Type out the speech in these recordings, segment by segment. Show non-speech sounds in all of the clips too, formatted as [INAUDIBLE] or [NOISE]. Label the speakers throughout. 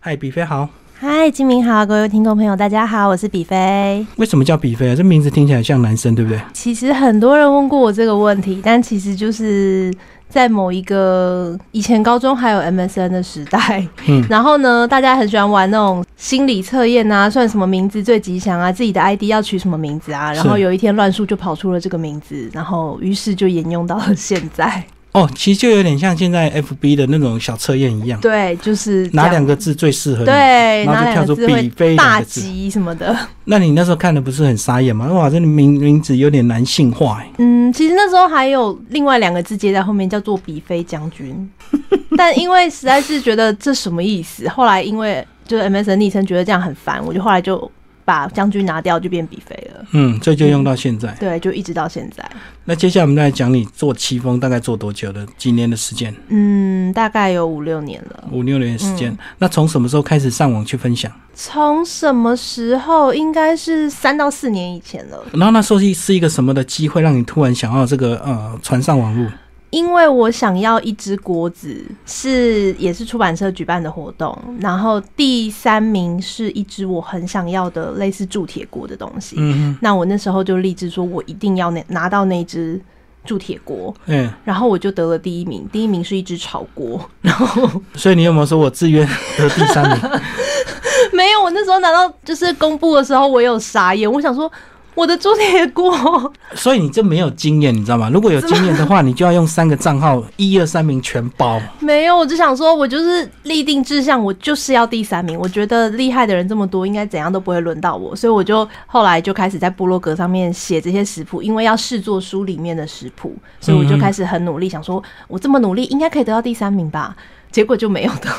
Speaker 1: 嗨，比菲好。
Speaker 2: 嗨，金明好，各位听众朋友，大家好，我是比菲。
Speaker 1: 为什么叫比菲啊？这名字听起来像男生，对不对？
Speaker 2: 其实很多人问过我这个问题，但其实就是在某一个以前高中还有 MSN 的时代， [LAUGHS]
Speaker 1: 嗯
Speaker 2: 然后呢，大家很喜欢玩那种心理测验啊，算什么名字最吉祥啊，自己的 ID 要取什么名字啊，然后
Speaker 1: 是
Speaker 2: 有一天乱数就跑出了这个名字，然后于是就沿用到了现在。
Speaker 1: 哦，其实就有点像现在 FB 的那种小测验一样，
Speaker 2: 对，就是这
Speaker 1: 哪
Speaker 2: 样
Speaker 1: 两个字最适合你？
Speaker 2: 对，
Speaker 1: 然后
Speaker 2: 哪
Speaker 1: 就
Speaker 2: 两
Speaker 1: 跳
Speaker 2: 个
Speaker 1: 出
Speaker 2: 字
Speaker 1: 比
Speaker 2: 会
Speaker 1: 菲两
Speaker 2: 大
Speaker 1: 个字。
Speaker 2: 吉什么的。
Speaker 1: 那你那时候看的不是很傻眼吗？哇，这名名字有点男性化哎。
Speaker 2: 嗯，其实那时候还有另外两个字接在后面，叫做“比菲将军”， [LAUGHS] 但因为实在是觉得这什么意思，后来因为就是 MSN 昵称觉得这样很烦，我就后来就把将军拿掉，就变比菲了。
Speaker 1: 嗯，这就用到现在。
Speaker 2: 对，就一直到现在。
Speaker 1: 那接下来我们再来讲你做戚风大概做多久的几年的时间？
Speaker 2: 嗯，大概有五六年了。
Speaker 1: 五六年的时间。
Speaker 2: 嗯
Speaker 1: 那从什么时候开始上网去分享？
Speaker 2: 从什么时候？应该是三到四年以前了。
Speaker 1: 然后那时候是是一个什么的机会，让你突然想要这个呃传上网络？
Speaker 2: 因为我想要一只果子，是也是出版社举办的活动，然后第三名是一只我很想要的类似铸铁锅的东西。
Speaker 1: 嗯
Speaker 2: 那我那时候就立志说，我一定要拿拿到那只铸铁锅，
Speaker 1: 哼，嗯。
Speaker 2: 然后我就得了第一名。第一名是一只炒锅， [LAUGHS] 然后
Speaker 1: 所以你有没有说我自
Speaker 2: [LAUGHS]
Speaker 1: 愿得第三名？
Speaker 2: 没有，我那时候拿到就是公布的时候，我有傻眼，我想说我的铸铁锅。
Speaker 1: 所以你这没有经验，你知道吗？如果有经验的话，你就要用三个账号，一二三名全包。
Speaker 2: 没有，我就想说，我就是立定志向，我就是要第三名。我觉得厉害的人这么多，应该怎样都不会轮到我，所以我就后来就开始在部落格上面写这些食谱，因为要试做书里面的食谱，
Speaker 1: 嗯
Speaker 2: 所以我就开始很努力，想说我这么努力，应该可以得到第三名吧。结果就没有得，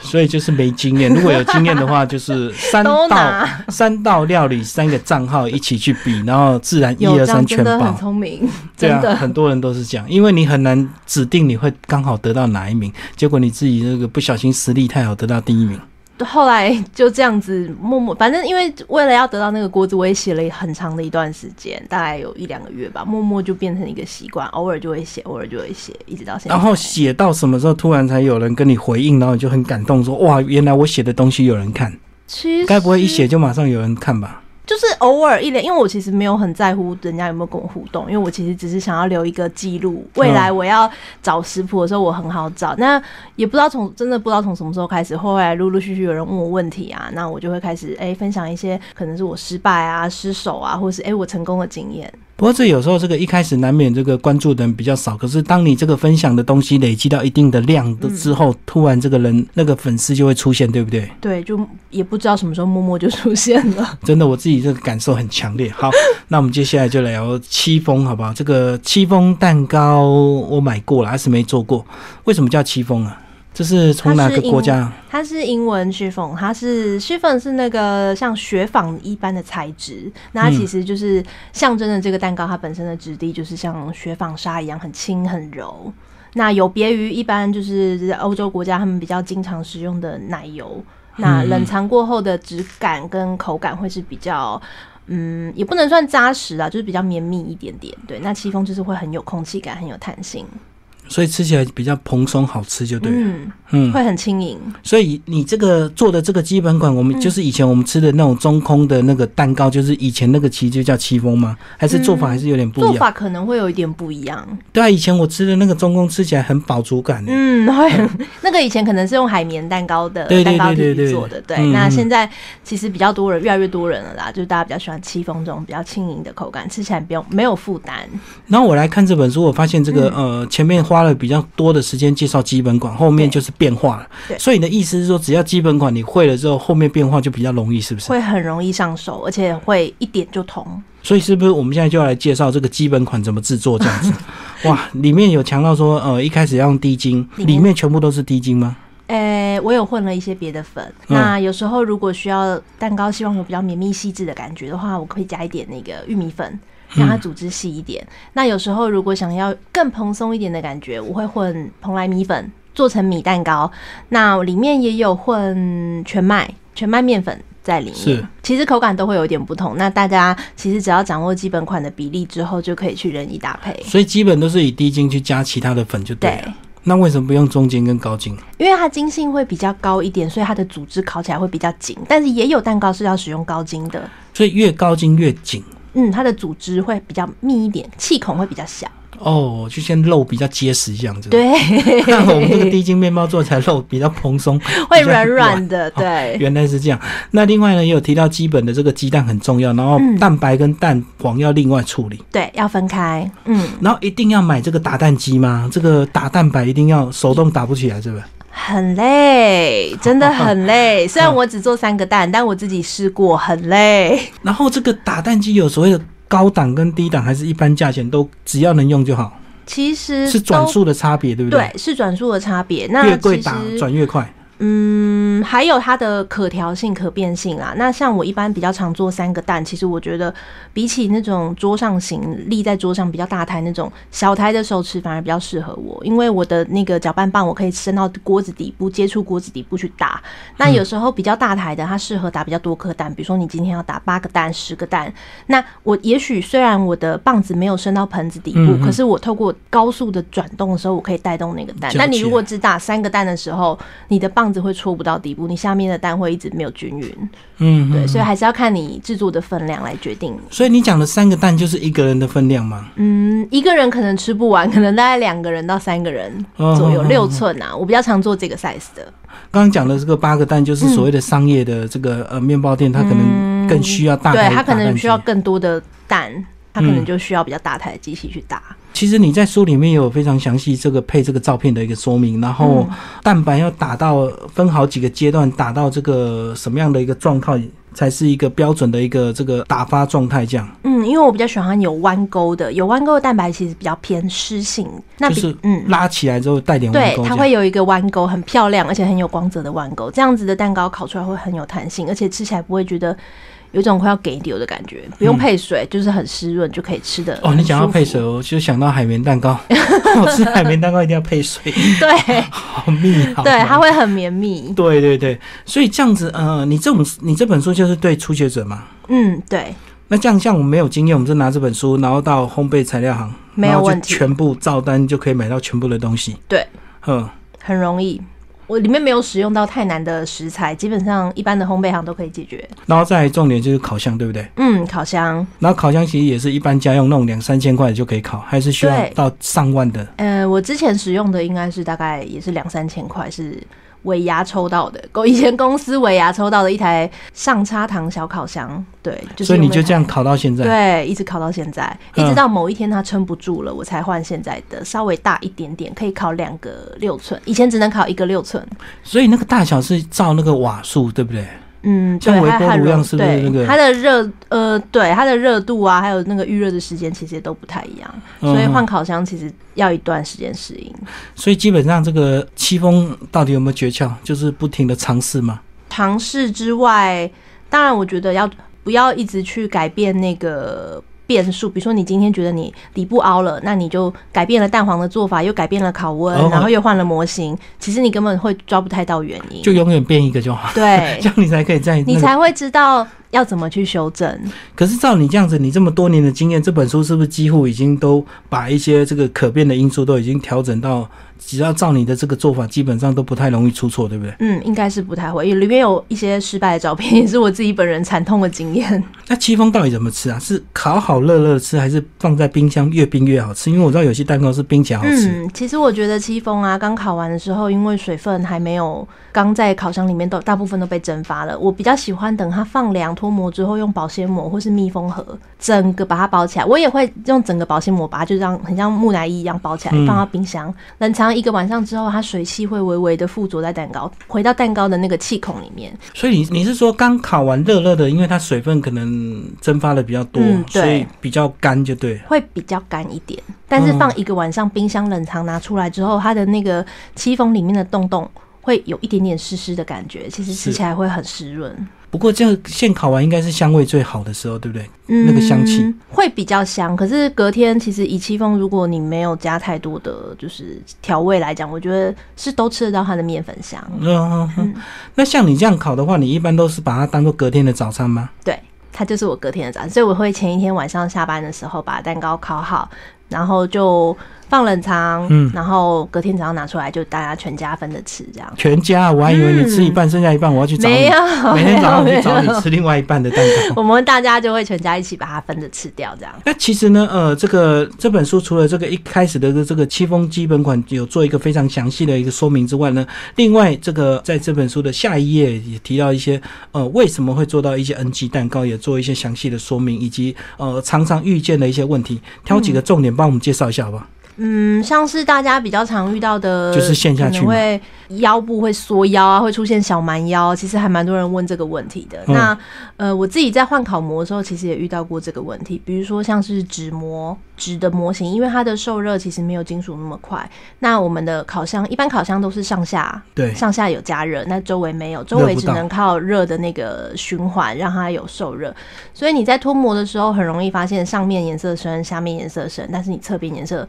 Speaker 1: 所以就是没经验。如果有经验的话，
Speaker 2: [LAUGHS]
Speaker 1: 就是三
Speaker 2: 都
Speaker 1: 道
Speaker 2: 拿
Speaker 1: 三道料理三个账号一起去比，然后自然一
Speaker 2: 有
Speaker 1: 二
Speaker 2: 这样
Speaker 1: 三全
Speaker 2: 真的很
Speaker 1: 包。
Speaker 2: 聪明，
Speaker 1: 对
Speaker 2: 真
Speaker 1: 啊，
Speaker 2: 的。
Speaker 1: 很多人都是这样，因为你很难指定你会刚好得到哪一名，结果你自己这个不小心实力太好得到第一名。
Speaker 2: 后来就这样子默默，反正因为为了要得到那个锅子，我也写了很长的一段时间，大概有一两个月吧，默默就变成一个习惯，偶尔就会写，偶尔就会写，一直到现在。
Speaker 1: 然后写到什么时候，突然才有人跟你回应，然后你就很感动，说哇，原来我写的东西有人看，
Speaker 2: 其实
Speaker 1: 该不会一写就马上有人看吧？
Speaker 2: 就是偶尔一连，因为我其实没有很在乎人家有没有跟我互动，因为我其实只是想要留一个记录，
Speaker 1: 嗯
Speaker 2: 未来我要找食谱的时候我很好找。那也不知道从真的不知道从什么时候开始，后来陆陆续续有人问我问题啊，那我就会开始哎、分享一些可能是我失败啊、失手啊，或是哎、我成功的经验。
Speaker 1: 不过这有时候这个一开始难免这个关注的人比较少，可是当你这个分享的东西累积到一定的量的之后，突然这个人那个粉丝就会出现，对不对？
Speaker 2: 对，就也不知道什么时候默默就出现了。
Speaker 1: 真的，我自己这个感受很强烈。好， [LAUGHS] 那我们接下来就来聊戚风，好不好？这个戚风蛋糕我买过了，还是没做过。为什么叫戚风啊？这是从哪个国家？
Speaker 2: 它是英文雪粉，它是雪粉是那个像雪纺一般的材质，那它
Speaker 1: 嗯
Speaker 2: 其实就是象征着这个蛋糕它本身的质地就是像雪纺纱一样很轻很柔。那有别于一般就是呃欧洲国家他们比较经常使用的奶油，那
Speaker 1: 嗯
Speaker 2: 冷藏过后的质感跟口感会是比较。嗯，也不能算扎实啊，就是比较绵密一点点。对，那戚风就是会很有空气感，很有弹性，
Speaker 1: 所以吃起来比较蓬松好吃，就对了。
Speaker 2: 嗯，
Speaker 1: 嗯，
Speaker 2: 会很轻盈。
Speaker 1: 所以你这个做的这个基本款，我
Speaker 2: 嗯
Speaker 1: 们就是以前我们吃的那种中空的那个蛋糕，就是以前那个其实就叫戚风吗？还是做法还是有点不
Speaker 2: 嗯做
Speaker 1: 一样？
Speaker 2: 法可能会有一点不一样。
Speaker 1: 对啊，以前我吃的那个中空吃起来很饱足感的、
Speaker 2: 嗯，会很那个以前可能是用海绵蛋糕的
Speaker 1: 对对
Speaker 2: 蛋
Speaker 1: 对
Speaker 2: 糕体
Speaker 1: 对
Speaker 2: 去
Speaker 1: 对
Speaker 2: 做的，对
Speaker 1: 嗯。
Speaker 2: 那
Speaker 1: 嗯
Speaker 2: 现在其实比较多人，越来越多人了啦，就是大家比较喜欢戚风这种比较轻盈的口感，吃起来不用没有负担。
Speaker 1: 然后我来看这本书，我发现这个、呃前面花了比较多的时间介绍基本款，后面
Speaker 2: 嗯对
Speaker 1: 就是变化了。
Speaker 2: 对
Speaker 1: 所以你的意思是说，只要基本款你会了之后，后面变化就比较容易，是不是？
Speaker 2: 会很容易上手，而且会一点就通。
Speaker 1: 所以是不是我们现在就要来介绍这个基本款怎么制作这样子？哇，里面有强调说，呃，一开始要用低筋，
Speaker 2: 里面
Speaker 1: 里面全部都是低筋吗？
Speaker 2: 诶、我有混了一些别的粉。
Speaker 1: 嗯
Speaker 2: 那有时候如果需要蛋糕，希望有比较绵密细致的感觉的话，我可以加一点那个玉米粉，
Speaker 1: 嗯
Speaker 2: 让它组织细一点。那有时候如果想要更蓬松一点的感觉，我会混蓬莱米粉做成米蛋糕。那里面也有混全麦全麦面粉。在里
Speaker 1: 是
Speaker 2: 面，其实口感都会有一点不同。那大家其实只要掌握基本款的比例之后，就可以去任意搭配。
Speaker 1: 所以基本都是以低筋去加其他的粉就对了。
Speaker 2: 对，
Speaker 1: 那为什么不用中筋跟高筋？
Speaker 2: 因为它筋性会比较高一点，所以它的组织烤起来会比较紧。但是也有蛋糕是要使用高筋的，
Speaker 1: 所以越高筋越紧
Speaker 2: 嗯，它的组织会比较密一点，气孔会比较小。
Speaker 1: 哦，就先肉比较结实这样子。，
Speaker 2: 对，
Speaker 1: 那我们这个低筋面包做起来肉比较蓬松，
Speaker 2: [LAUGHS] 会
Speaker 1: 比较
Speaker 2: 软软的，对，
Speaker 1: 原来是这样。那另外呢，也有提到基本的这个鸡蛋很重要，然后
Speaker 2: 嗯
Speaker 1: 蛋白跟蛋黄要另外处理，
Speaker 2: 对，要分开。嗯，
Speaker 1: 然后一定要买这个打蛋机吗？这个打蛋白一定要手动打不起来，是不是？
Speaker 2: 很累，真的很累。虽然我只做三个蛋，但我自己试过，很累。
Speaker 1: 然后这个打蛋机有所谓的高档跟低档，还是一般价钱都只要能用就好，
Speaker 2: 其实
Speaker 1: 是
Speaker 2: 都
Speaker 1: 转速的差别，对不
Speaker 2: 对，是转速的差别。那
Speaker 1: 越贵
Speaker 2: 其
Speaker 1: 打
Speaker 2: 实
Speaker 1: 转越快。
Speaker 2: 嗯，还有它的可调性、可变性啦。那像我一般比较常做三个蛋，其实我觉得比起那种桌上型立在桌上比较大台那种小台的手持，反而比较适合我，因为我的那个搅拌棒我可以伸到锅子底部，接触锅子底部去打。那
Speaker 1: 嗯
Speaker 2: 有时候比较大台的，它适合打比较多颗蛋，比如说你今天要打八个蛋、十个蛋，那我也许虽然我的棒子没有伸到盆子底部，
Speaker 1: 嗯嗯
Speaker 2: 可是我透过高速的转动的时候，我可以带动那个蛋。
Speaker 1: 了
Speaker 2: 那你
Speaker 1: 解
Speaker 2: 如果只打三个蛋的时候，你的棒子会戳不到底部，你下面的蛋会一直没有均匀。
Speaker 1: 嗯，
Speaker 2: 对，
Speaker 1: 嗯
Speaker 2: 所以还是要看你制作的分量来决定。
Speaker 1: 所以你讲的三个蛋就是一个人的分量吗？
Speaker 2: 嗯，一个人可能吃不完，可能大概两个人到三个人左右，
Speaker 1: 哦
Speaker 2: 六寸啊，我比较常做这个 size 的。
Speaker 1: 刚刚讲的这个八个蛋，
Speaker 2: 嗯
Speaker 1: 就是所谓的商业的这个呃面包店，它可能更需要大
Speaker 2: 对
Speaker 1: 台
Speaker 2: 他
Speaker 1: 打
Speaker 2: 可
Speaker 1: 蛋
Speaker 2: 能
Speaker 1: 机
Speaker 2: 需要。更多的蛋，他可能
Speaker 1: 嗯
Speaker 2: 就需要比较大台的机器去打。
Speaker 1: 其实你在书里面有非常详细这个配这个照片的一个说明，然
Speaker 2: 嗯
Speaker 1: 后蛋白要打到分好几个阶段，打到这个什么样的一个状况，才是一个标准的一个这个打发状态这样。
Speaker 2: 嗯，因为我比较喜欢有弯钩的，有弯钩的蛋白其实比较偏湿性，那
Speaker 1: 就
Speaker 2: 比、
Speaker 1: 是
Speaker 2: 嗯。
Speaker 1: 拉起来之后带点弯
Speaker 2: 对，
Speaker 1: 钩这
Speaker 2: 它
Speaker 1: 样，
Speaker 2: 会有一个弯钩，很漂亮，而且很有光泽的弯钩。这样子的蛋糕烤出来会很有弹性，而且吃起来不会觉得有一种快要给丢的感觉。不用配水，就是很湿润，就可以吃的。
Speaker 1: 嗯哦，你讲到配水，
Speaker 2: 水，
Speaker 1: 我就想到海绵蛋糕。我吃海绵蛋糕一定要配水，
Speaker 2: [LAUGHS] 对
Speaker 1: 好密 [LAUGHS] 好
Speaker 2: 对，
Speaker 1: 浓
Speaker 2: 它会很绵密。
Speaker 1: 对对对，所以这样子，呃，你这种你这本书就是对初学者嘛。
Speaker 2: 嗯，对，
Speaker 1: 那这样，像我们没有经验，我们就拿这本书，然后到烘焙材料行，
Speaker 2: 没有
Speaker 1: 然后就
Speaker 2: 问题
Speaker 1: 全部照单就可以买到全部的东西。
Speaker 2: 对，
Speaker 1: 嗯，
Speaker 2: 很容易。我里面没有使用到太难的食材，基本上一般的烘焙行都可以解决。
Speaker 1: 然后再来重点就是烤箱，对不对？
Speaker 2: 嗯，烤箱，
Speaker 1: 然后烤箱其实也是一般家用那种两三千块就可以烤，还是需要
Speaker 2: 对
Speaker 1: 到上万的。
Speaker 2: 呃，我之前使用的应该是大概也是两三千块，是尾牙抽到的，公以前公司尾牙抽到的一台上叉糖小烤箱，对，就是
Speaker 1: 所以
Speaker 2: 用
Speaker 1: 你
Speaker 2: 那
Speaker 1: 就
Speaker 2: 台
Speaker 1: 这样啊嗯烤到现在。
Speaker 2: 对，一直烤到现在，一直到某一天它撑不住了，我才换现在的，稍微大一点点，可以烤两个六寸，以前只能烤一个六寸，
Speaker 1: 所以那个大小是照那个瓦数，对不对？
Speaker 2: 嗯，
Speaker 1: 像
Speaker 2: 对
Speaker 1: 微
Speaker 2: 它
Speaker 1: 波
Speaker 2: 它
Speaker 1: 炉一样
Speaker 2: 热
Speaker 1: 是不是
Speaker 2: 对
Speaker 1: 那个
Speaker 2: 它的热呃，对它的热度啊，还有那个预热的时间其实也都不太一样，所以
Speaker 1: 嗯
Speaker 2: 换烤箱其实要一段时间适应。
Speaker 1: 所以基本上这个戚风到底有没有诀窍？就是不停的尝试嘛。
Speaker 2: 尝试之外，当然我觉得要不要一直去改变那个变数，比如说你今天觉得你底部凹了，那你就改变了蛋黄的做法，又改变了烤温，
Speaker 1: 哦
Speaker 2: 然后又换了模型，其实你根本会抓不太到原
Speaker 1: [LAUGHS]
Speaker 2: 因
Speaker 1: 就。永远变一个就好，
Speaker 2: 对
Speaker 1: 这，样你才可以在、那个、
Speaker 2: 你才会知道要怎么去修正。
Speaker 1: 可是照你这样子，你这么多年的经验，这本书是不是几乎已经都把一些这个可变的因素都已经调整到，只要照你的这个做法，基本上都不太容易出错，对不对？
Speaker 2: 嗯，应该是不太会。里面有一些失败的照片，也是我自己本人惨痛的经验。
Speaker 1: 那戚风到底怎么吃啊？是烤好热热的吃，还是放在冰箱越冰越好吃？因为我知道有些蛋糕是冰起来好吃。
Speaker 2: 嗯，其实我觉得戚风啊，刚烤完的时候，因为水分还没有，刚在烤箱里面都大部分都被蒸发了。我比较喜欢等它放凉脱模之后，用保鲜膜或是密封盒整个把它包起来。我也会用整个保鲜膜把它就这样，很像木乃伊一样包起来，
Speaker 1: 嗯
Speaker 2: 放到冰箱冷藏一个晚上之后，它水汽会微微的附着在蛋糕，回到蛋糕的那个气孔里面。
Speaker 1: 所以你你是说刚烤完热热的，因为它水分可能蒸发的比较多，
Speaker 2: 嗯对
Speaker 1: 所以比较干就对了。
Speaker 2: 会比较干一点，但是放一个晚上冰箱冷藏拿出来之后，它的那个戚风里面的洞洞会有一点点湿湿的感觉，其实吃起来会很湿润。
Speaker 1: 不过这样现烤完应该是香味最好的时候，对不对？
Speaker 2: 嗯
Speaker 1: 那个香气
Speaker 2: 会比较香，可是隔天其实以戚风，如果你没有加太多的就是调味来讲，我觉得是都吃得到它的面粉香。
Speaker 1: 嗯，嗯嗯那像你这样烤的话，你一般都是把它当做隔天的早餐吗？
Speaker 2: 对，它就是我隔天的早餐，所以我会前一天晚上下班的时候把蛋糕烤好，然后就放冷藏，
Speaker 1: 嗯
Speaker 2: 然后隔天早上拿出来就大家全家分着吃，这样。
Speaker 1: 全家，我还以为你吃一半，剩下一半我要去找
Speaker 2: 嗯没
Speaker 1: 你，
Speaker 2: 有，
Speaker 1: 每天早上我
Speaker 2: 没
Speaker 1: 去
Speaker 2: 有
Speaker 1: 找
Speaker 2: 没有
Speaker 1: 你吃另外一半的蛋糕。
Speaker 2: 我们大家就会全家一起把它分着吃掉，这样。
Speaker 1: 那其实呢，呃，这个这本书除了这个一开始的这个七封基本款有做一个非常详细的一个说明之外呢，另外这个在这本书的下一页也提到一些呃为什么会做到一些 NG 蛋糕，也做一些详细的说明，以及呃常常遇见的一些问题，挑几个重点帮我们介绍一下好不好？
Speaker 2: 嗯，像是大家比较常遇到的，
Speaker 1: 就是陷下去
Speaker 2: 可能
Speaker 1: 嘛
Speaker 2: 会腰部会缩腰啊，会出现小蛮腰，啊其实还蛮多人问这个问题的。
Speaker 1: 嗯
Speaker 2: 那呃，我自己在换烤模的时候，其实也遇到过这个问题，比如说像是纸模纸的模型，因为它的受热其实没有金属那么快。那我们的烤箱一般烤箱都是上下
Speaker 1: 对，
Speaker 2: 上下有加热，那周围没有，周
Speaker 1: 热
Speaker 2: 围
Speaker 1: 不
Speaker 2: 只
Speaker 1: 到
Speaker 2: 能靠热的那个循环让它有受热，所以你在脱模的时候很容易发现上面颜色深，下面颜色深，但是你侧边颜色。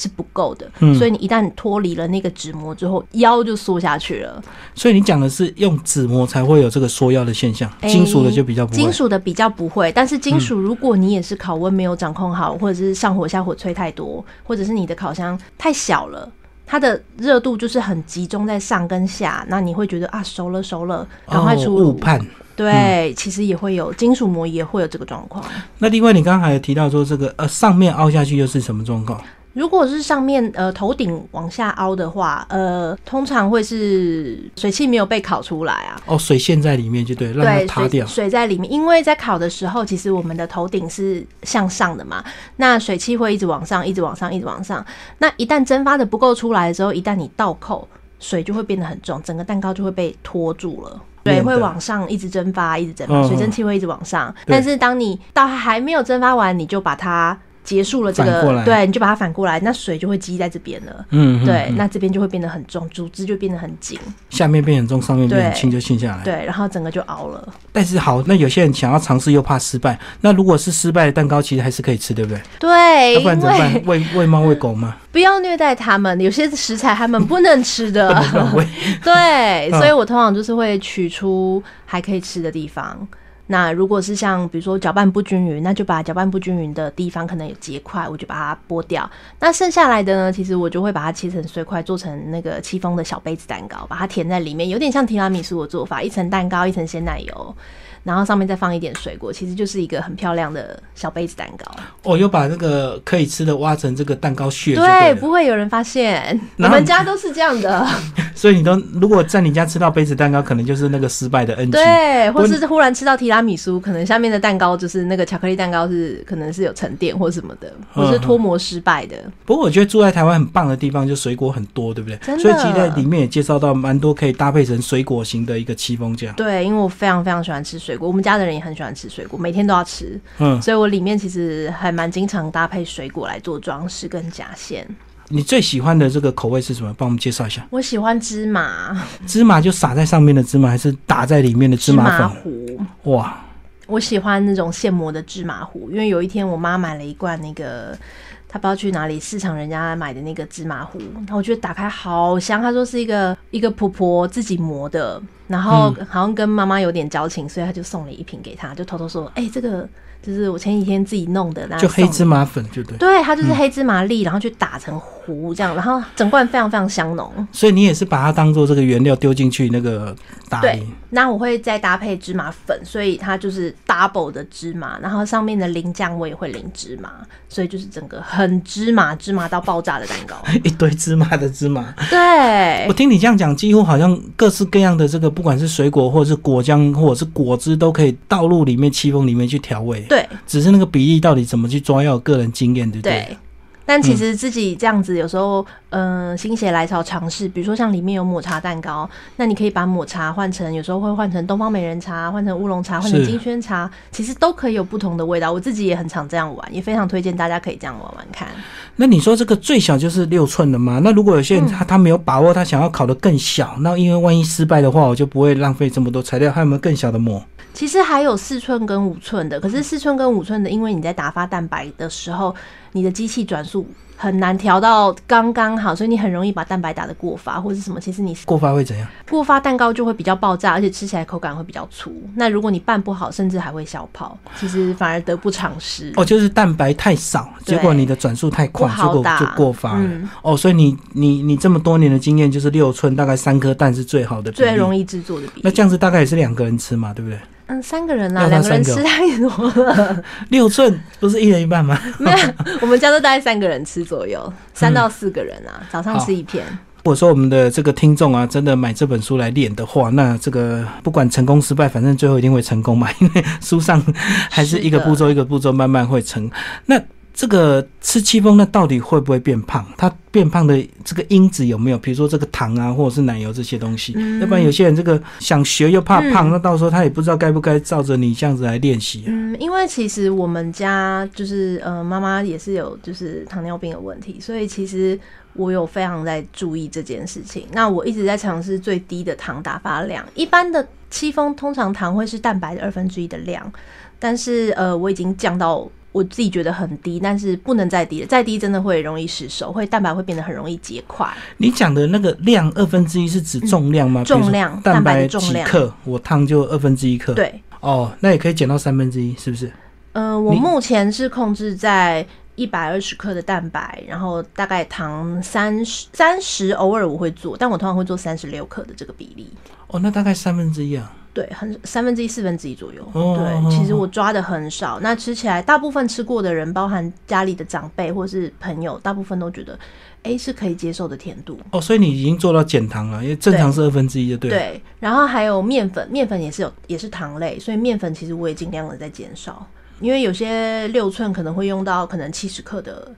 Speaker 2: 是不够的，
Speaker 1: 嗯
Speaker 2: 所以你一旦脱离了那个纸膜之后，腰就缩下去了。
Speaker 1: 所以你讲的是用纸膜才会有这个缩腰的现象，
Speaker 2: 哎
Speaker 1: [LAUGHS] 金属的就比较不
Speaker 2: 金
Speaker 1: 会。嗯
Speaker 2: 属的比较不会，但是金属如果你也是烤温没有掌控好，或者是上火下火吹太多，或者是你的烤箱太小了。它的热度就是很集中在上跟下，那你会觉得啊熟了熟了，赶快出
Speaker 1: 哦误
Speaker 2: 炉、
Speaker 1: 判。
Speaker 2: 对，其实也会有金属膜也会有这个状况。
Speaker 1: 那另外你刚才有提到说这个呃上面凹下去又是什么状况？
Speaker 2: 如果是上面呃头顶往下凹的话，呃，通常会是水汽没有被烤出来啊。
Speaker 1: 哦，水陷在里面就对，让它
Speaker 2: 对，
Speaker 1: 塌
Speaker 2: 水
Speaker 1: 掉。
Speaker 2: 水在里面，因为在烤的时候，其实我们的头顶是向上的嘛，那水汽会一直往上，一直往上，一直往上。那一旦蒸发的不够出来的时候，一旦你倒扣，水就会变得很重，整个蛋糕就会被拖住了。水
Speaker 1: 变
Speaker 2: 会
Speaker 1: 得
Speaker 2: 往上一直蒸发，一直蒸
Speaker 1: 嗯
Speaker 2: 发，
Speaker 1: 嗯
Speaker 2: 水蒸气会一直往上。
Speaker 1: 对
Speaker 2: 但是当你到它还没有蒸发完，你就把它结束了这
Speaker 1: 反过
Speaker 2: 个
Speaker 1: 来，
Speaker 2: 对，你就把它反过来，那水就会积在这边了。
Speaker 1: 嗯，嗯
Speaker 2: 对，
Speaker 1: 嗯
Speaker 2: 那这边就会变得很重，组织就变得很紧，
Speaker 1: 下面变很重，上面变很
Speaker 2: 对
Speaker 1: 轻，就陷下来。
Speaker 2: 对，然后整个就熬了。
Speaker 1: 但是好，那有些人想要尝试又怕失败，那如果是失败的蛋糕，其实还是可以吃，对不对？
Speaker 2: 对，
Speaker 1: 要不然
Speaker 2: 因
Speaker 1: 怎么办？
Speaker 2: 为
Speaker 1: 喂喂猫喂狗
Speaker 2: [LAUGHS]
Speaker 1: 吗？
Speaker 2: 不要虐待他们，有些食材他们不能吃
Speaker 1: 不 [LAUGHS]
Speaker 2: 的，
Speaker 1: 能乱喂。
Speaker 2: 对，
Speaker 1: 嗯
Speaker 2: 所以我通常就是会取出还可以吃的地方。那如果是像比如说搅拌不均匀，那就把搅拌不均匀的地方可能有结块，我就把它剥掉。那剩下来的呢，其实我就会把它切成碎块，做成那个戚风的小杯子蛋糕，把它填在里面，有点像提拉米苏的做法，一层蛋糕，一层鲜奶油，然后上面再放一点水果，其实就是一个很漂亮的小杯子蛋糕。
Speaker 1: 哦，又把那个可以吃的挖成这个蛋糕屑就
Speaker 2: 对，
Speaker 1: 了。
Speaker 2: 不会有人发现， [LAUGHS] 我
Speaker 1: 然后
Speaker 2: 们家都是这样的，
Speaker 1: 所以你都如果在你家吃到杯子蛋糕，可能就是那个失败的 NG。
Speaker 2: 对，
Speaker 1: 不
Speaker 2: 或是忽然吃到提拉米苏，可能下面的蛋糕就是那个巧克力蛋糕是可能是有沉淀或什么的，或是脱模失败的，
Speaker 1: 不过我觉得住在台湾很棒的地方，就水果很多，对不对？
Speaker 2: 真的
Speaker 1: 所以其实在里面也介绍到蛮多可以搭配成水果型的一个戚风酱。
Speaker 2: 对，因为我非常非常喜欢吃水果，我们家的人也很喜欢吃水果，每天都要吃，
Speaker 1: 嗯，
Speaker 2: 所以我里面其实还蛮经常搭配水果来做装饰跟夹馅。
Speaker 1: 你最喜欢的这个口味是什么？帮我们介绍一下。
Speaker 2: 我喜欢芝麻
Speaker 1: 芝麻就撒在上面的芝麻，还是打在里面的芝麻粉？
Speaker 2: 糊，
Speaker 1: 哇，
Speaker 2: 我喜欢那种现磨的芝麻糊，因为有一天我妈买了一罐那个，她不知道去哪里市场人家买的那个芝麻糊，然后我觉得打开好香，她说是一个一个婆婆自己磨的，然后
Speaker 1: 嗯
Speaker 2: 好像跟妈妈有点交情，所以她就送了一瓶给她，就偷偷说，哎、这个就是我前几天自己弄的，然后
Speaker 1: 就黑芝
Speaker 2: 麻。
Speaker 1: 麻粉，就对。
Speaker 2: 对，它就是黑芝麻粒，然后去打成糊这样，然后整罐非常非常香浓。
Speaker 1: 所以你也是把它当做这个原料丢进去那个打
Speaker 2: 对
Speaker 1: 理。
Speaker 2: 那我会再搭配芝麻粉，所以它就是 double 的芝麻，然后上面的淋酱我也会淋芝麻，所以就是整个很芝麻芝麻到爆炸的蛋糕。
Speaker 1: [LAUGHS] 一堆芝麻的芝麻，
Speaker 2: 对
Speaker 1: 我，听你这样讲，几乎好像各式各样的这个，不管是水果或者是果浆或者是果汁，都可以倒入里面戚风里面去调味。
Speaker 2: 对
Speaker 1: 只是那个比例到底怎么去抓，要有个人经验，对不对？
Speaker 2: 对。但其实自己这样子，有时候，嗯、心血来潮尝试，比如说像里面有抹茶蛋糕，那你可以把抹茶换成，有时候会换成东方美人茶，换成乌龙茶，换成
Speaker 1: 是
Speaker 2: 金萱茶，其实都可以有不同的味道。我自己也很常这样玩，也非常推荐大家可以这样玩玩看。
Speaker 1: 那你说这个最小就是六寸的吗？那如果有些人他他没有把握，他想要烤得更小，那因为万一失败的话，我就不会浪费这么多材料。还有没有更小的膜？
Speaker 2: 其实还有四寸跟五寸的，可是四寸跟五寸的，因为你在打发蛋白的时候，你的机器转速素很难调到刚刚好，所以你很容易把蛋白打得过发或者什么。其实你
Speaker 1: 过发会怎样？
Speaker 2: 过发蛋糕就会比较爆炸，而且吃起来口感会比较粗。那如果你拌不好，甚至还会小跑，其实反而得不偿失。
Speaker 1: 哦，就是蛋白太少，
Speaker 2: 对
Speaker 1: 结果你的转速太快，
Speaker 2: 不
Speaker 1: 结
Speaker 2: 好
Speaker 1: 果
Speaker 2: 打
Speaker 1: 就过发了。
Speaker 2: 嗯
Speaker 1: 哦，所以你你你这么多年的经验，就是六寸大概三颗蛋是最好的比例，
Speaker 2: 最容易制作的比
Speaker 1: 那
Speaker 2: 例，
Speaker 1: 这样子大概也是两个人吃嘛，对不对？
Speaker 2: 嗯，三个人啦，
Speaker 1: 要到
Speaker 2: 两个人
Speaker 1: 三
Speaker 2: 吃
Speaker 1: 个
Speaker 2: 太多了， [LAUGHS]
Speaker 1: 六寸不是一人一半吗？
Speaker 2: 没有，我们家都大概三个人吃左右，三到四个人啊，早上
Speaker 1: 好
Speaker 2: 吃一片，
Speaker 1: 如果说我们的这个听众啊，真的买这本书来练的话，那这个不管成功失败，反正最后一定会成功嘛，因为书上还是一个
Speaker 2: 是的
Speaker 1: 步骤一个步骤慢慢会成。 [LAUGHS] 那这个吃戚风，那到底会不会变胖？它变胖的这个因子有没有？比如说这个糖啊，或者是奶油这些东西？
Speaker 2: 嗯
Speaker 1: 要不然有些人这个想学又怕胖，
Speaker 2: 嗯
Speaker 1: 那到时候他也不知道该不该照着你这样子来练习、啊。
Speaker 2: 嗯，因为其实我们家就是呃，妈妈也是有就是糖尿病的问题，所以其实我有非常在注意这件事情。那我一直在尝试最低的糖打发量，一般的戚风通常糖会是蛋白的二分之一的量，但是呃，我已经降到。我自己觉得很低，但是不能再低了，再低真的会容易失手，会蛋白会变得很容易结块。
Speaker 1: 你讲的那个量二分之一是指重量吗？比如说
Speaker 2: 重量
Speaker 1: 蛋
Speaker 2: 蛋白
Speaker 1: 白
Speaker 2: 的重
Speaker 1: 几
Speaker 2: 量
Speaker 1: 克，我汤就二分之一克。
Speaker 2: 对，
Speaker 1: 哦，那也可以减到三分之一，是不是？
Speaker 2: 呃，我
Speaker 1: 你
Speaker 2: 目前是控制在一百二十克的蛋白，然后大概糖三十三十，偶尔我会做，但我通常会做三十六克的这个比例。
Speaker 1: 哦，那大概三分之一啊。
Speaker 2: 对，很三分之一、四分之一左右。
Speaker 1: 哦
Speaker 2: 对，其实我抓的很少。那吃起来，大部分吃过的人，包含家里的长辈或是朋友，大部分都觉得，哎，是可以接受的甜度。
Speaker 1: 哦，所以你已经做到减糖了，因为正常是二分之一就对了。
Speaker 2: 对，然后还有面粉，面粉也是有也是糖类，所以面粉其实我也尽量的在减少，因为有些六寸可能会用到可能七十克的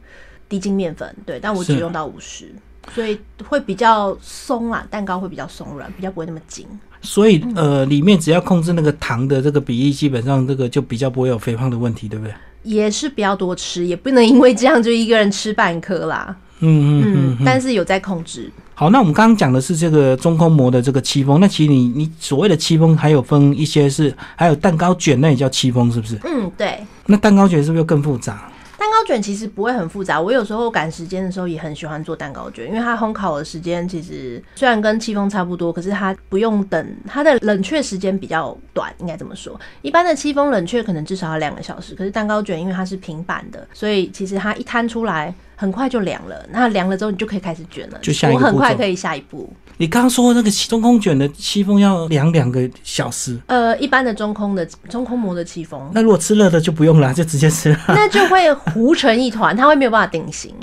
Speaker 2: 低筋面粉，对，但我只
Speaker 1: 是
Speaker 2: 用到五十，所以会比较松啦，蛋糕会比较松软，比较不会那么紧。
Speaker 1: 所以呃，里面只要控制那个糖的这个比例，基本上这个就比较不会有肥胖的问题，对不对？
Speaker 2: 也是不要多吃，也不能因为这样就一个人吃半颗啦。
Speaker 1: 嗯嗯嗯
Speaker 2: 嗯，但是有在控制。
Speaker 1: 好，那我们刚刚讲的是这个中空膜的这个戚风，那其实你你所谓的戚风还有分一些是，还有蛋糕卷，那也叫戚风，是不是？
Speaker 2: 嗯，对。
Speaker 1: 那蛋糕卷是不是又更复杂？
Speaker 2: 蛋糕卷其实不会很复杂，我有时候赶时间的时候也很喜欢做蛋糕卷，因为它烘烤的时间其实虽然跟戚风差不多，可是它不用等，它的冷却时间比较短，应该这么说。一般的戚风冷却可能至少要两个小时，可是蛋糕卷因为它是平板的，所以其实它一摊出来很快就凉了。那凉了之后你就可以开始卷了，
Speaker 1: 就下一
Speaker 2: 我
Speaker 1: 个
Speaker 2: 很快
Speaker 1: 步骤
Speaker 2: 可以下一步。
Speaker 1: 你刚刚说那个中空卷的戚风要量两个小时，
Speaker 2: 呃，一般的中空的中空膜的
Speaker 1: [LAUGHS]
Speaker 2: 戚风，
Speaker 1: 那如果吃热的就不用了，就直接吃了。
Speaker 2: 那就会糊成一团，它会没有办法定型。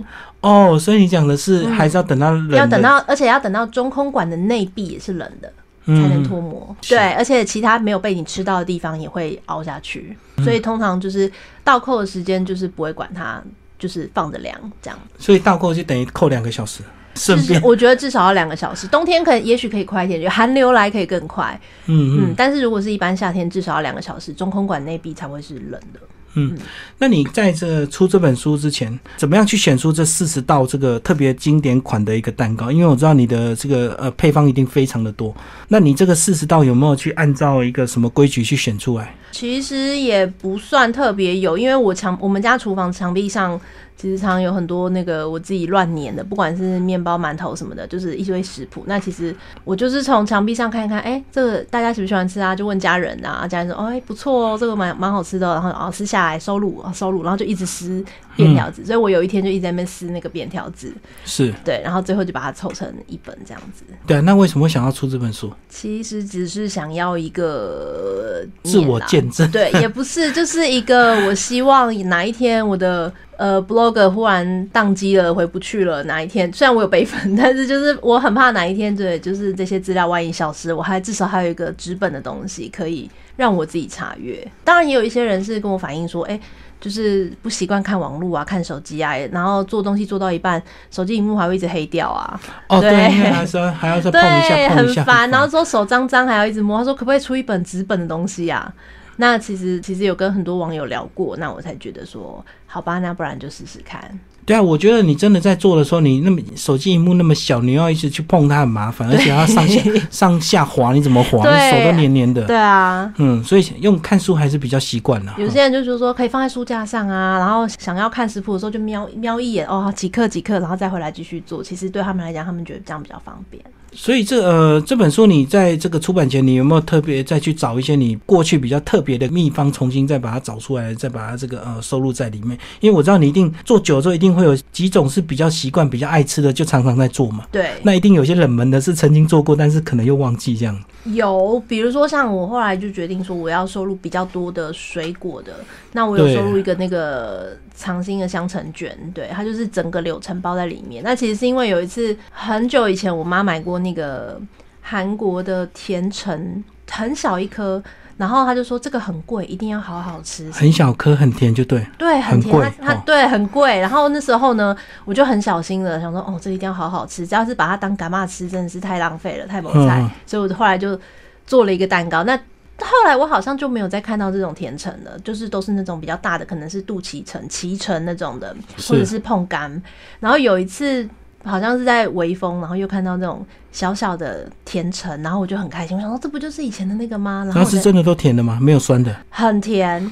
Speaker 1: 哦，所以你讲的是还是要等到冷的、
Speaker 2: 嗯要等到，而且要等到中空管的内壁也是冷的，才能脱模。
Speaker 1: 嗯是
Speaker 2: 对，而且其他没有被你吃到的地方也会凹下去，
Speaker 1: 嗯
Speaker 2: 所以通常就是倒扣的时间就是不会管它，就是放着凉这样。
Speaker 1: 所以倒扣就等于扣两个小时，顺
Speaker 2: 就是
Speaker 1: 便
Speaker 2: 我觉得至少要两个小时，冬天可能也许可以快一点，就寒流来可以更快。
Speaker 1: 嗯
Speaker 2: 嗯
Speaker 1: 嗯，
Speaker 2: 但是如果是一般夏天，至少要两个小时，中空管内壁才会是冷的。
Speaker 1: 嗯。那你在这出这本书之前，怎么样去选出这四十道这个特别经典款的一个蛋糕？因为我知道你的这个呃配方一定非常的多，那你这个四十道有没有去按照一个什么规矩去选出来？
Speaker 2: 其实也不算特别有，因为我墙我们家厨房墙壁上其实常常有很多那个我自己乱粘的，不管是面包、馒头什么的，就是一堆食谱。那其实我就是从墙壁上看一看，哎、这个大家喜不喜欢吃啊？就问家人啊，家人说，哦哎、不错哦，这个蛮蛮好吃的哦。然后哦，撕下来收录，哦收录，然后就一直撕便条
Speaker 1: 嗯
Speaker 2: 纸。所以我有一天就一直在那边撕那个便条纸，
Speaker 1: 是
Speaker 2: 对，然后最后就把它凑成一本这样子。
Speaker 1: 对啊，那为什么会想要出这本书？
Speaker 2: 其实只是想要一个
Speaker 1: 自我
Speaker 2: 念啊
Speaker 1: 见证。
Speaker 2: [LAUGHS] 对，也不是，就是一个我希望哪一天我的呃 blog 忽然宕机了，回不去了，哪一天虽然我有备份，但是就是我很怕哪一天对，就是这些资料万一消失，我还至少还有一个纸本的东西可以让我自己查阅。当然也有一些人是跟我反映说，哎、就是不习惯看网络啊，看手机啊，然后做东西做到一半，手机荧幕还会一直黑掉啊，
Speaker 1: 哦，对，
Speaker 2: 对
Speaker 1: 因为还是要还要再碰一
Speaker 2: 对，
Speaker 1: 下碰一
Speaker 2: 很
Speaker 1: 下，
Speaker 2: 烦。然后说手脏脏还要一直摸，他说可不可以出一本纸本的东西啊？那其实其实有跟很多网友聊过，那我才觉得说，好吧，那不然就试试看。
Speaker 1: 对啊，我觉得你真的在做的时候，你那么手机荧幕那么小，你要一直去碰它很麻烦，而且还要上
Speaker 2: [LAUGHS]
Speaker 1: 下上下滑，你怎么滑？
Speaker 2: 对
Speaker 1: 手都黏黏的。
Speaker 2: 对啊，
Speaker 1: 嗯，所以用看书还是比较习惯嗯了。
Speaker 2: 有些人就是说可以放在书架上啊，然后想要看食谱的时候就瞄瞄一眼哦，几克几克，然后再回来继续做。其实对他们来讲，他们觉得这样比较方便。
Speaker 1: 所以这呃这本书你在这个出版前，你有没有特别再去找一些你过去比较特别的秘方，重新再把它找出来，再把它这个呃收录在里面？因为我知道你一定做久了之后，一定会有几种是比较习惯、比较爱吃的，就常常在做嘛。
Speaker 2: 对，
Speaker 1: 那一定有些冷门的是曾经做过，但是可能又忘记这样。
Speaker 2: 有，比如说像我后来就决定说我要收录比较多的水果的，那我有
Speaker 1: 对
Speaker 2: 收录一个那个长兴的香橙卷，对，它就是整个柳橙包在里面。那其实是因为有一次很久以前我妈买过那个韩国的甜橙，很小一颗。然后她就说这个很贵，一定要好好吃。
Speaker 1: 很小颗很甜就对，
Speaker 2: 对，很
Speaker 1: 很
Speaker 2: 甜，
Speaker 1: 贵
Speaker 2: 它它
Speaker 1: 哦
Speaker 2: 对很贵。然后那时候呢，我就很小心的想说，哦，这一定要好好吃，只要是把它当干妈吃，真的是太浪费了，太不菜。
Speaker 1: 嗯嗯
Speaker 2: 所以我后来就做了一个蛋糕。那后来我好像就没有再看到这种甜橙了，就是都是那种比较大的，可能是肚脐橙、脐橙那种的，
Speaker 1: 是
Speaker 2: 或者是碰柑。然后有一次。好像是在微风，然后又看到这种小小的甜橙，然后我就很开心，我想说哦这不就是以前的那个吗？然后
Speaker 1: 然
Speaker 2: 我
Speaker 1: 后是
Speaker 2: 就
Speaker 1: 真的都甜的吗？没有酸的
Speaker 2: 很甜，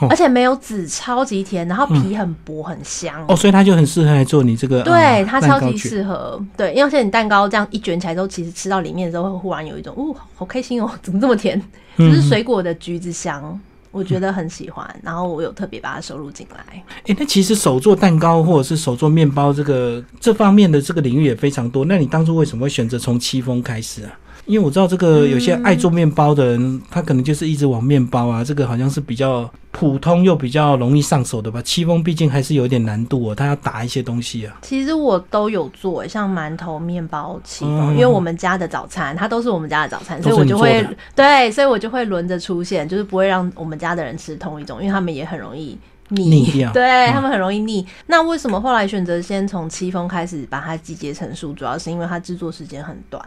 Speaker 1: 哦
Speaker 2: 而且没有籽，超级甜，然后皮很薄，很香。
Speaker 1: 哦，所以它就很适合来做你这个
Speaker 2: 对，它超级。
Speaker 1: 呃蛋糕卷
Speaker 2: 适合。对，因为现在你蛋糕这样一卷起来之后，其实吃到里面的时候，会忽然有一种，哦，好开心哦， [LAUGHS] 怎么这么甜？就
Speaker 1: 嗯
Speaker 2: 是水果的橘子香，我觉得很喜欢。然后我有特别把它收录进来。
Speaker 1: 诶，那其实手做蛋糕或者是手做面包这个这方面的这个领域也非常多。那你当初为什么会选择从戚风开始啊？因为我知道这
Speaker 2: 嗯
Speaker 1: 个有些爱做面包的人，他可能就是一直往面包啊，这个好像是比较普通又比较容易上手的吧。戚风毕竟还是有点难度哦，他要打一些东西啊。
Speaker 2: 其实我都有做、欸像馒头、面包、戚风，
Speaker 1: 嗯
Speaker 2: 因为我们家的早餐它都是我们家的早餐，
Speaker 1: 都
Speaker 2: 所
Speaker 1: 是
Speaker 2: 以我
Speaker 1: 你
Speaker 2: 就
Speaker 1: 做
Speaker 2: 会
Speaker 1: 的
Speaker 2: 对，所以我就会轮着出现，就是不会让我们家的人吃同一种，因为他们也很容易
Speaker 1: 腻
Speaker 2: 腻，
Speaker 1: 掉
Speaker 2: [LAUGHS] 对
Speaker 1: 嗯
Speaker 2: 他们很容易腻。那为什么后来选择先从戚风开始把它集结成书，主要是因为它制作时间很短。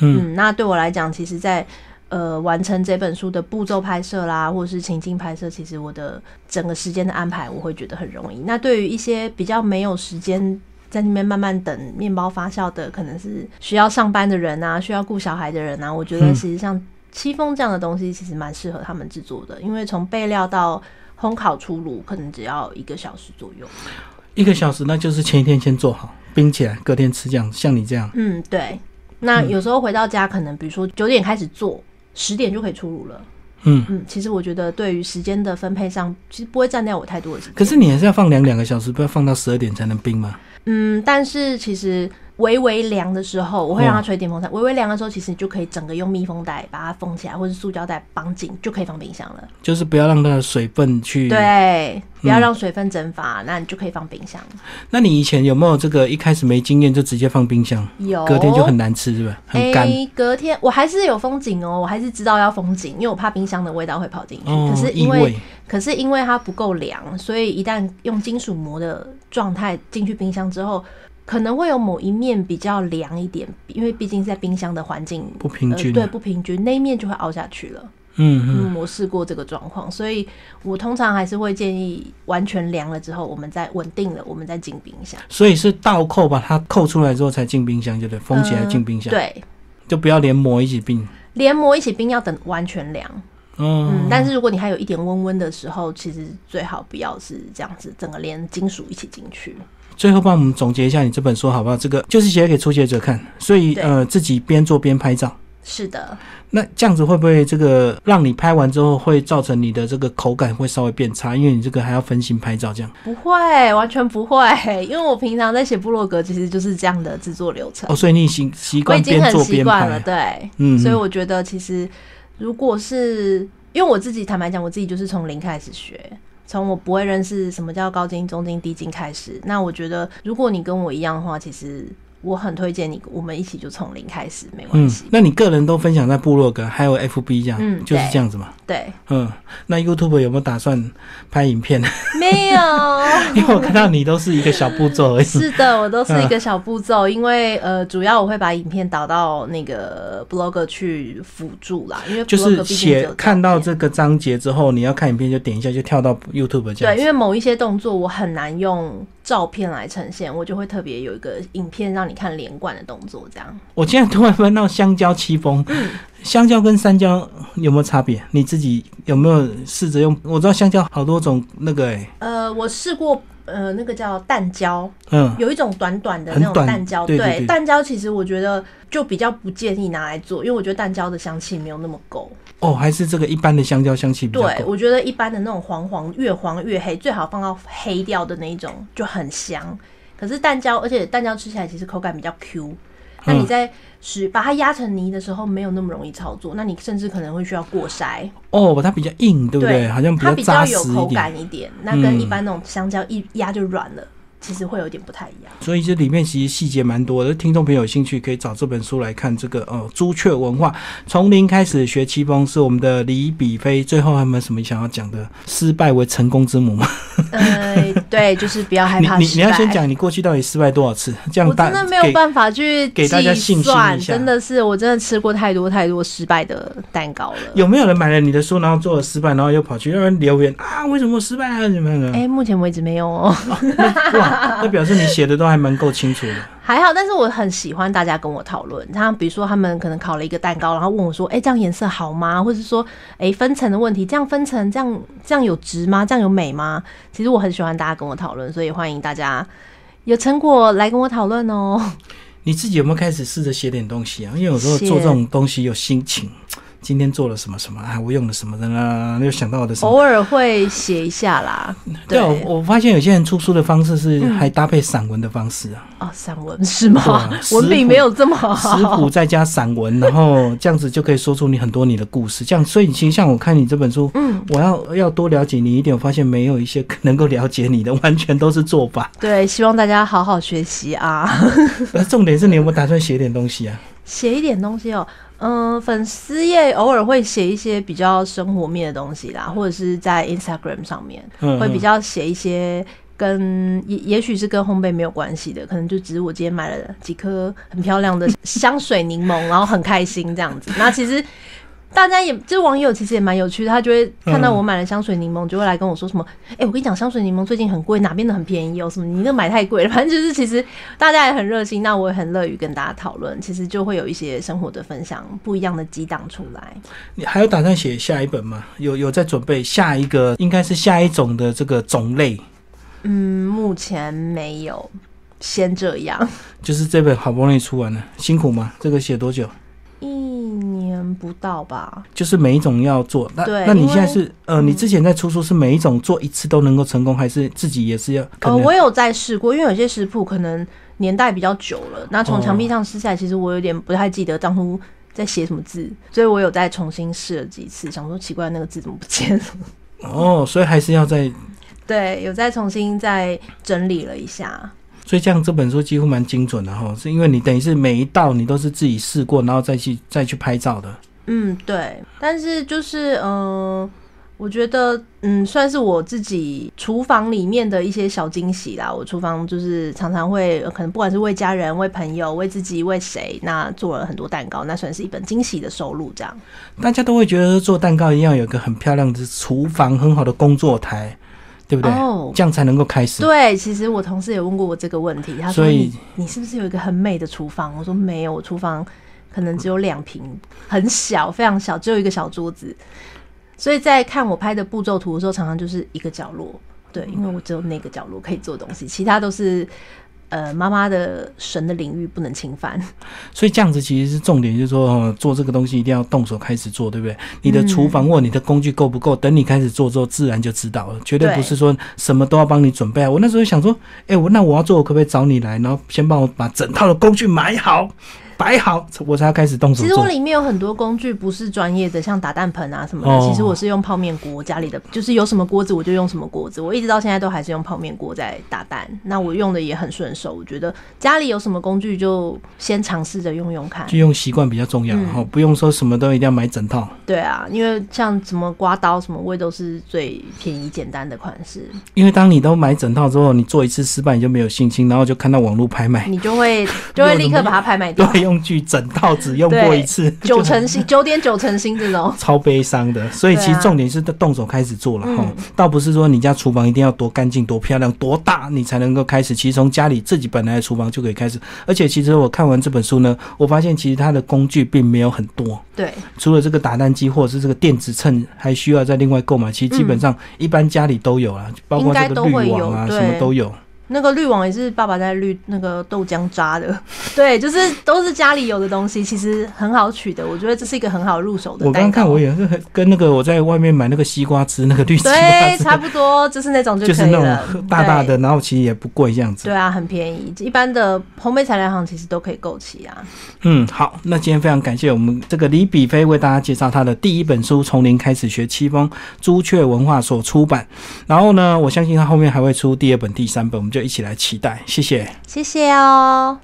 Speaker 1: 嗯，
Speaker 2: 嗯，那对我来讲，其实在，呃完成这本书的步骤拍摄啦，或者是情境拍摄，其实我的整个时间的安排，我会觉得很容易。那对于一些比较没有时间。在那边慢慢等面包发酵的，可能是需要上班的人啊，需要顾小孩的人啊。我觉得
Speaker 1: 嗯
Speaker 2: 其实像戚风这样的东西，其实蛮适合他们制作的，因为从备料到烘烤出炉，可能只要一个小时左右。
Speaker 1: 一个小时那就是前一天先做好，冰起来，隔天吃这样。像你这样，
Speaker 2: 嗯，对。那有时候回到家，可能比如说九点开始做，十点就可以出炉了。
Speaker 1: 嗯，
Speaker 2: 嗯，其实我觉得对于时间的分配上，其实不会占掉我太多的时间。
Speaker 1: 可是，你还是要放凉两个小时，不要放到十二点才能冰吗？
Speaker 2: 嗯，但是其实微微凉的时候，我会让它吹电
Speaker 1: 嗯
Speaker 2: 风扇。微微凉的时候，其实你就可以整个用密封袋把它封起来，或是塑胶袋绑紧，就可以放冰箱了。
Speaker 1: 就是不要让它的水分去
Speaker 2: 对，啊不要让水分蒸发，那你就可以放冰箱。
Speaker 1: 那你以前有没有这个一开始没经验就直接放冰箱，
Speaker 2: 有，
Speaker 1: 嗯隔天就很难吃，是吧？很干。
Speaker 2: 哦诶隔天我还是有风景哦，我还是知道要风景，因为我怕冰箱的味道会跑进去。
Speaker 1: 哦
Speaker 2: 可是
Speaker 1: 异
Speaker 2: 因为
Speaker 1: 味
Speaker 2: 可是因为它不够凉，所以一旦用金属膜的状态进去冰箱之后，可能会有某一面比较凉一点，因为毕竟在冰箱的环境
Speaker 1: 不平均啊
Speaker 2: 呃，对，不平均，那一面就会凹下去了。
Speaker 1: 嗯嗯，
Speaker 2: 嗯，我试过这个状况，所以我通常还是会建议完全凉了之后，我们再稳定了，我们再进冰箱，
Speaker 1: 所以是倒扣把它扣出来之后才进冰箱，就对，封起来
Speaker 2: 嗯
Speaker 1: 进冰箱，
Speaker 2: 对，
Speaker 1: 就不要连膜一起冰。
Speaker 2: 连膜一起冰要等完全凉。嗯
Speaker 1: 嗯，，
Speaker 2: 但是如果你还有一点温温的时候，其实最好不要是这样子，整个连金属一起进去。
Speaker 1: 最后帮我们总结一下你这本书好不好？这个就是写给初学者看，所以
Speaker 2: 对
Speaker 1: 呃自己边做边拍照。
Speaker 2: 是的，
Speaker 1: 那这样子会不会这个让你拍完之后会造成你的这个口感会稍微变差？因为你这个还要分心拍照，这样
Speaker 2: 不会，完全不会，因为我平常在写部落格，其实就是这样的制作流程，
Speaker 1: 哦，所以你已经习
Speaker 2: 我已
Speaker 1: 惯
Speaker 2: 经
Speaker 1: 边
Speaker 2: 很
Speaker 1: 做
Speaker 2: 习
Speaker 1: 边
Speaker 2: 惯了。
Speaker 1: 拍，
Speaker 2: 对，
Speaker 1: 嗯，
Speaker 2: 所以我觉得其实如果是因为我自己坦白讲，我自己就是从零开始学。从我不会认识什么叫高精、中精、低精开始，那我觉得如果你跟我一样的话，其实我很推荐你，我们一起就从零开始，没关
Speaker 1: 嗯
Speaker 2: 系。，
Speaker 1: 那你个人都分享在部落格还有 FB 这样，
Speaker 2: 嗯
Speaker 1: 就是
Speaker 2: 对
Speaker 1: 这样子嘛。
Speaker 2: 对，
Speaker 1: 嗯，那 YouTube 有没有打算拍影
Speaker 2: [LAUGHS]
Speaker 1: 片？
Speaker 2: 没有。
Speaker 1: 因为我看到你都是一个小步骤而已。
Speaker 2: 是的，我都是
Speaker 1: 嗯
Speaker 2: 一个小步骤，因为呃，主要我会把影片导到那个 blog 去辅助啦，因为
Speaker 1: 就
Speaker 2: blog
Speaker 1: 是
Speaker 2: 毕竟只有
Speaker 1: 写
Speaker 2: 照
Speaker 1: 看到
Speaker 2: 片
Speaker 1: 这个章节之后，你要看影片就点一下，就跳到 YouTube 这样
Speaker 2: 对，
Speaker 1: 子。
Speaker 2: 因为某一些动作我很难用照片来呈现，我就会特别有一个影片让你看连贯的动作，这样。
Speaker 1: 我现在突然翻到香蕉戚风，
Speaker 2: 嗯
Speaker 1: 香蕉跟山椒有没有差别？你自己有没有试着用？我知道香蕉好多种那个、欸，
Speaker 2: 呃，我试过。呃，那个叫蛋胶，
Speaker 1: 嗯，
Speaker 2: 有一种短短的
Speaker 1: 很
Speaker 2: 那种
Speaker 1: 短
Speaker 2: 蛋胶，
Speaker 1: 对对对
Speaker 2: 蛋胶其实我觉得就比较不建议拿来做，因为我觉得蛋胶的香气没有那么够。
Speaker 1: 哦，还是这个一般的香蕉香气比较
Speaker 2: 对，
Speaker 1: 够。
Speaker 2: 我觉得一般的那种黄黄越黄越黑，最好放到黑掉的那一种就很香。可是蛋胶，而且蛋胶吃起来其实口感比较
Speaker 1: 嗯
Speaker 2: Q，那你在使把它压成泥的时候没有那么容易操作，那你甚至可能会需要过筛，
Speaker 1: 哦，它比较硬，对不对？好像
Speaker 2: 它比
Speaker 1: 扎
Speaker 2: 较
Speaker 1: 实
Speaker 2: 有
Speaker 1: 一
Speaker 2: 口
Speaker 1: 点。
Speaker 2: 感一点，那跟
Speaker 1: 嗯
Speaker 2: 一般那种香蕉一压就软了，其实会有点不太一样。
Speaker 1: 所以这里面其实细节蛮多的，听众朋友有兴趣可以找这本书来看。这个呃，朱雀文化从零开始学气功是我们的李比飞。最后还有没有什么想要讲的？失败为成功之
Speaker 2: [LAUGHS]
Speaker 1: 母吗？ [LAUGHS]
Speaker 2: 呃，对，就是不要害
Speaker 1: 你
Speaker 2: 怕
Speaker 1: 你
Speaker 2: 失败。
Speaker 1: 你要先讲你过去到底失败多少次，这样
Speaker 2: 我
Speaker 1: 大
Speaker 2: 真的没有
Speaker 1: 给
Speaker 2: 办法去
Speaker 1: 给大家信
Speaker 2: 计
Speaker 1: 心
Speaker 2: 算，
Speaker 1: 一下
Speaker 2: 真的是我真的吃过太多太多失败的蛋糕了。
Speaker 1: 有没有人买了你的书，然后做了失败，然后又跑去让人留言啊？为什么失败啊？怎么样的？
Speaker 2: [LAUGHS] 哎、目前为止没有哦， [LAUGHS]
Speaker 1: 哇，那表示你写的都还蛮够清楚的。
Speaker 2: 还好。但是我很喜欢大家跟我讨论，他比如说他们可能烤了一个蛋糕，然后问我说：“哎、这样颜色好吗？”或者是说：“哎、分层的问题，这样分层，这样这样有值吗？这样有美吗？”其实我很喜欢大家跟我讨论，所以欢迎大家有成果来跟我讨论
Speaker 1: [LAUGHS]
Speaker 2: 哦。
Speaker 1: 你自己有没有开始试着写点东西啊？因为有时候做
Speaker 2: 写
Speaker 1: 这种东西有心情，今天做了什么什么啊，我用了什么的啦，又想到我的什么。
Speaker 2: 偶尔会写一下啦。
Speaker 1: 对
Speaker 2: 哦对嗯
Speaker 1: 啊，
Speaker 2: 哦，
Speaker 1: 我我发现有些人出书的方式是还搭配散文的方式啊，
Speaker 2: 哦散文是吗？
Speaker 1: 对啊食谱
Speaker 2: [LAUGHS] 文笔没有这么好。
Speaker 1: 食谱再加散文，然后这样子就可以说出你很多你的故事。这样，所以其实像我看你这本书，
Speaker 2: 嗯，
Speaker 1: 我要要多了解你一点，我发现没有一些能够了解你的，完全都是做
Speaker 2: [LAUGHS]
Speaker 1: 法。
Speaker 2: 对，希望大家好好学习啊。
Speaker 1: 而重点是你有没有打算写点东西啊？
Speaker 2: 写一点东西哦，嗯，粉丝页偶尔会写一些比较生活面的东西啦，或者是在 Instagram 上面
Speaker 1: 嗯，
Speaker 2: 会比较写一些跟也也许是跟烘焙没有关系的，可能就只是我今天买了几颗很漂亮的香水柠檬，然后很开心这样子。那其实。大家也，这网友其实也蛮有趣的，他就会看到我买了香水柠檬，就会来跟我说什么，哎、我跟你讲，香水柠檬最近很贵，哪边的很便宜哦，什么你那买太贵了，反正就是其实大家也很热心，那我也很乐于跟大家讨论，其实就会有一些生活的分享，不一样的激荡出来。
Speaker 1: 你还有打算写下一本吗？有有在准备下一个，应该是下一种的这个种类，
Speaker 2: 嗯，目前没有，先这样，
Speaker 1: 就是这本好不容易出完了，辛苦吗？这个写多久？
Speaker 2: 一年不到吧。
Speaker 1: 就是每一种要做，那
Speaker 2: 对
Speaker 1: 那你
Speaker 2: 因为嗯
Speaker 1: 现在是呃，你之前在出书是每一种做一次都能够成功，还是自己也是要可
Speaker 2: 呃，
Speaker 1: 能？
Speaker 2: 我有在试过，因为有些食谱可能年代比较久了，那从
Speaker 1: 哦
Speaker 2: 墙壁上撕下来，其实我有点不太记得当初在写什么字，所以我有再重新试了几次，想说奇怪那个字怎么不见了。 [LAUGHS]
Speaker 1: 哦，所以还是要在，
Speaker 2: 对，有再重新再整理了一下。
Speaker 1: 所以这样这本书几乎蛮精准的哈，是因为你等于是每一道你都是自己试过，然后再去再去拍照的。
Speaker 2: 嗯，对，但是就是嗯、呃我觉得嗯，算是我自己厨房里面的一些小惊喜啦。我厨房就是常常会，呃可能不管是为家人、为朋友、为自己、为谁，那做了很多蛋糕，那算是一本惊喜的收入。这样，
Speaker 1: 大家都会觉得做蛋糕一定要有一个很漂亮的厨房，很好的工作台，对不对？
Speaker 2: 哦
Speaker 1: 这样才能够开始。
Speaker 2: 对，其实我同事也问过我这个问题，他说
Speaker 1: 所以
Speaker 2: 你你是不是有一个很美的厨房？我说没有，我厨房可能只有两平，很小，非常小，只有一个小桌子。所以在看我拍的步骤图的时候，常常就是一个角落，对，
Speaker 1: 嗯
Speaker 2: 因为我只有那个角落可以做东西，其他都是呃妈妈的神的领域不能侵犯。
Speaker 1: 所以这样子其实是重点，就是说、呃做这个东西一定要动手开始做，对不对？你的
Speaker 2: 嗯
Speaker 1: 厨房或你的工具够不够，等你开始做之后，自然就知道了，绝对
Speaker 2: 对
Speaker 1: 不是说什么都要帮你准备啊。我那时候想说，哎、我那我要做，我可不可以找你来，然后先帮我把整套的工具买好，摆好，我才要开始动手
Speaker 2: 其实我
Speaker 1: 做。
Speaker 2: 里面有很多工具不是专业的，像打蛋盆啊什么的。
Speaker 1: 哦
Speaker 2: 其实我是用泡面锅，家里的就是有什么锅子我就用什么锅子，我一直到现在都还是用泡面锅在打蛋。那我用的也很顺手，我觉得家里有什么工具就先尝试着用用看
Speaker 1: 就。用习惯比较重要，
Speaker 2: 嗯
Speaker 1: 然后、不用说什么都一定要买整套，
Speaker 2: 对啊，因为像什么刮刀什么，我也都是最便宜简单的款式，
Speaker 1: 因为当你都买整套之后，你做一次失败你就没有信心，然后就看到网络拍卖，
Speaker 2: 你就会就会立刻把它拍卖掉，
Speaker 1: [LAUGHS] 对，用具整套只用过一次， [LAUGHS]
Speaker 2: 九成新九点九成新这种。
Speaker 1: 超悲伤的。所以其
Speaker 2: 对
Speaker 1: 实
Speaker 2: 啊
Speaker 1: 重点是动手开始做了哈、
Speaker 2: 嗯
Speaker 1: 吼倒不是说你家厨房一定要多干净、多漂亮、多大你才能够开始。其实从家里自己本来的厨房就可以开始。而且其实我看完这本书呢，我发现其实它的工具并没有很多，
Speaker 2: 对，
Speaker 1: 除了这个打蛋机或者是这个电子秤，还需要再另外购买。其实基本上一般家里都有啦，包括这
Speaker 2: 嗯应该
Speaker 1: 个
Speaker 2: 都
Speaker 1: 滤
Speaker 2: 会有
Speaker 1: 网啊，
Speaker 2: 对
Speaker 1: 什么都有。
Speaker 2: 那个滤网也是爸爸在滤那个豆浆渣的， [LAUGHS] 对，就是都是家里有的东西，其实很好取的。我觉得这是一个很好入手的
Speaker 1: 我刚
Speaker 2: 蛋
Speaker 1: 刚
Speaker 2: 糕。
Speaker 1: 看我也是很跟那个我在外面买那个西瓜汁，那个 [LAUGHS] 绿西瓜
Speaker 2: 对，
Speaker 1: 汁
Speaker 2: 差。不多就是那种就
Speaker 1: 就是
Speaker 2: 可以
Speaker 1: 那
Speaker 2: 了，
Speaker 1: 种大大的，然后其实也不贵这样子
Speaker 2: 对。。对啊，很便宜，一般的烘焙材料行其实都可以购齐啊。
Speaker 1: 嗯，好，那今天非常感谢我们这个李比飞为大家介绍他的第一本书《从零开始学七风》，朱雀文化所出版。然后呢，我相信他后面还会出第二本、第三本，我们就一起来期待。谢谢。
Speaker 2: 谢谢哦。